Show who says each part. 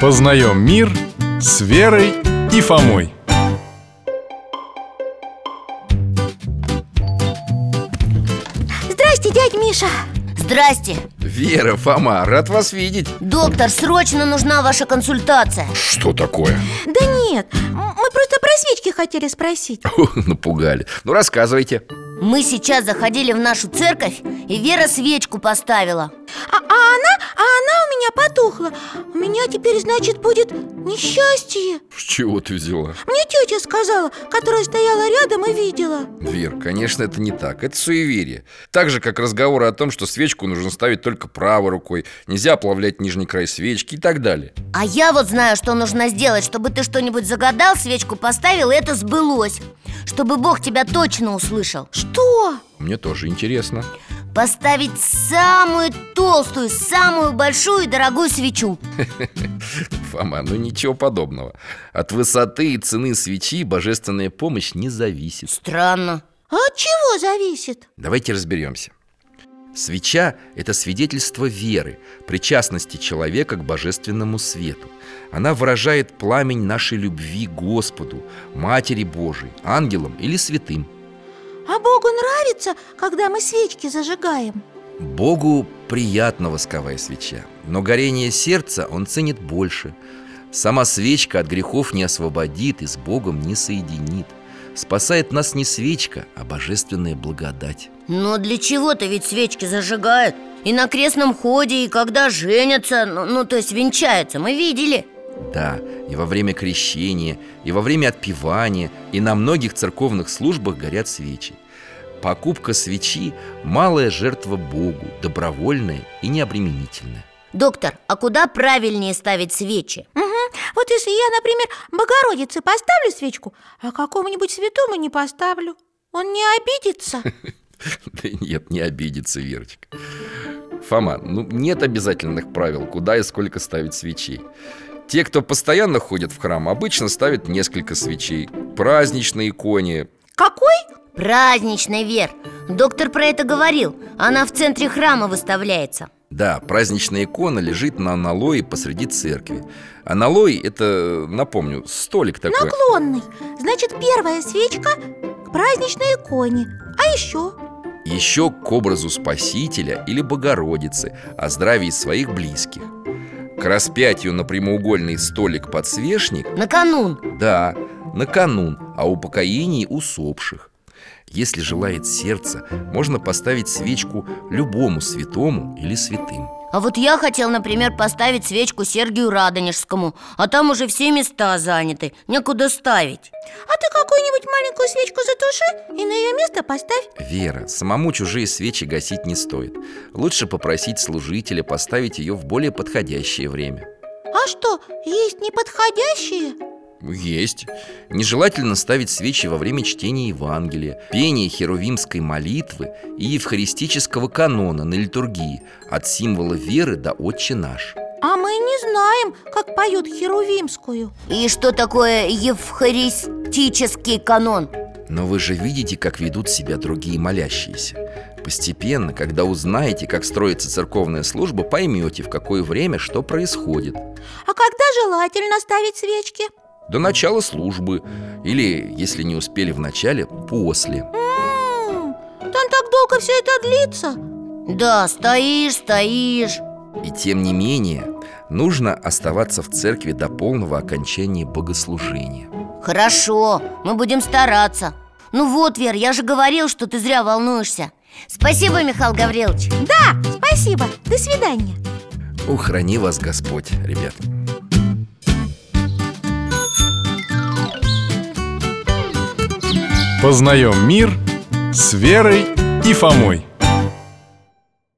Speaker 1: Познаем мир с Верой и Фомой
Speaker 2: Здрасте, дядь Миша
Speaker 3: Здрасте
Speaker 4: Вера, Фома, рад вас видеть
Speaker 3: Доктор, срочно нужна ваша консультация
Speaker 4: Что такое?
Speaker 2: Да нет, мы просто про свечки хотели спросить
Speaker 4: Напугали Ну, рассказывайте
Speaker 3: Мы сейчас заходили в нашу церковь И Вера свечку поставила
Speaker 2: А, а она, а она у меня потухла У меня теперь, значит, будет несчастье
Speaker 4: С чего ты взяла?
Speaker 2: Мне тетя сказала, которая стояла рядом и видела
Speaker 4: Вер, конечно, это не так, это суеверие Так же, как разговоры о том, что свечку нужно ставить только правой рукой Нельзя оплавлять нижний край свечки и так далее
Speaker 3: А я вот знаю, что нужно сделать Чтобы ты что-нибудь загадал, свечку поставил, и это сбылось Чтобы Бог тебя точно услышал
Speaker 2: Что?
Speaker 4: Мне тоже интересно
Speaker 3: Поставить самую толстую, самую большую и дорогую свечу
Speaker 4: Фома, ну ничего подобного От высоты и цены свечи божественная помощь не зависит
Speaker 3: Странно
Speaker 2: А от чего зависит?
Speaker 4: Давайте разберемся. Свеча – это свидетельство веры, причастности человека к божественному свету. Она выражает пламень нашей любви к Господу, Матери Божией, ангелам или святым.
Speaker 2: А Богу нравится, когда мы свечки зажигаем
Speaker 4: Богу приятна восковая свеча, но горение сердца он ценит больше. Сама свечка от грехов не освободит и с Богом не соединит. Спасает нас не свечка, а божественная благодать.
Speaker 3: Но для чего-то ведь свечки зажигают И на крестном ходе, и когда женятся Ну, ну, то есть венчаются, мы видели
Speaker 4: Да, и во время крещения, и во время отпевания, и на многих церковных службах горят свечи. Покупка свечи – малая жертва Богу, добровольная и необременительная.
Speaker 3: Доктор, а куда правильнее ставить свечи?
Speaker 2: Мгм. Вот если я, например, Богородице поставлю свечку, а какому-нибудь святому не поставлю, он не обидится.
Speaker 4: Да нет, не обидится Верочка. Фома, ну нет обязательных правил, куда и сколько ставить свечей. Те, кто постоянно ходит в храм, обычно ставят несколько свечей. Праздничные иконе,
Speaker 2: Какой?
Speaker 3: Праздничный вер Доктор про это говорил Она в центре храма выставляется
Speaker 4: Да, праздничная икона лежит на аналое посреди церкви Аналой – это, напомню, столик такой
Speaker 2: Наклонный. Значит, первая свечка к праздничной иконе. А еще?
Speaker 4: Еще к образу Спасителя или Богородицы О здравии своих близких К распятию на прямоугольный столик подсвечник
Speaker 3: На канун
Speaker 4: Да, на канун о упокоении усопших Если желает сердце, можно поставить свечку любому святому или святым
Speaker 3: А вот я хотел, например, поставить свечку Сергию Радонежскому А там уже все места заняты Некуда ставить
Speaker 2: А ты какую-нибудь маленькую свечку затуши и на ее место поставь.
Speaker 4: Вера, самому чужие свечи гасить не стоит. Лучше попросить служителя поставить ее в более подходящее время.
Speaker 2: А что, есть неподходящие?
Speaker 4: Есть. Нежелательно ставить свечи во время чтения Евангелия, пения херувимской молитвы и евхаристического канона на литургии от символа веры до «Отче наш».
Speaker 2: А мы не знаем, как поют Херувимскую.
Speaker 3: И что такое евхаристический канон?
Speaker 4: Но вы же видите, как ведут себя другие молящиеся. Постепенно, когда узнаете, как строится церковная служба, поймете, в какое время что происходит.
Speaker 2: А когда желательно ставить свечки?
Speaker 4: До начала службы Или, если не успели в начале, после
Speaker 2: М, М-м-м, Там так долго все это длится.
Speaker 3: Да, стоишь, стоишь
Speaker 4: И тем не менее, нужно оставаться в церкви до полного окончания богослужения
Speaker 3: Хорошо, мы будем стараться Ну вот, Вер, я же говорил, что ты зря волнуешься Спасибо, Михаил Гаврилович
Speaker 2: Да, спасибо. До свидания.
Speaker 4: Ухрани вас Господь, ребят
Speaker 1: Познаем мир с Верой и Фомой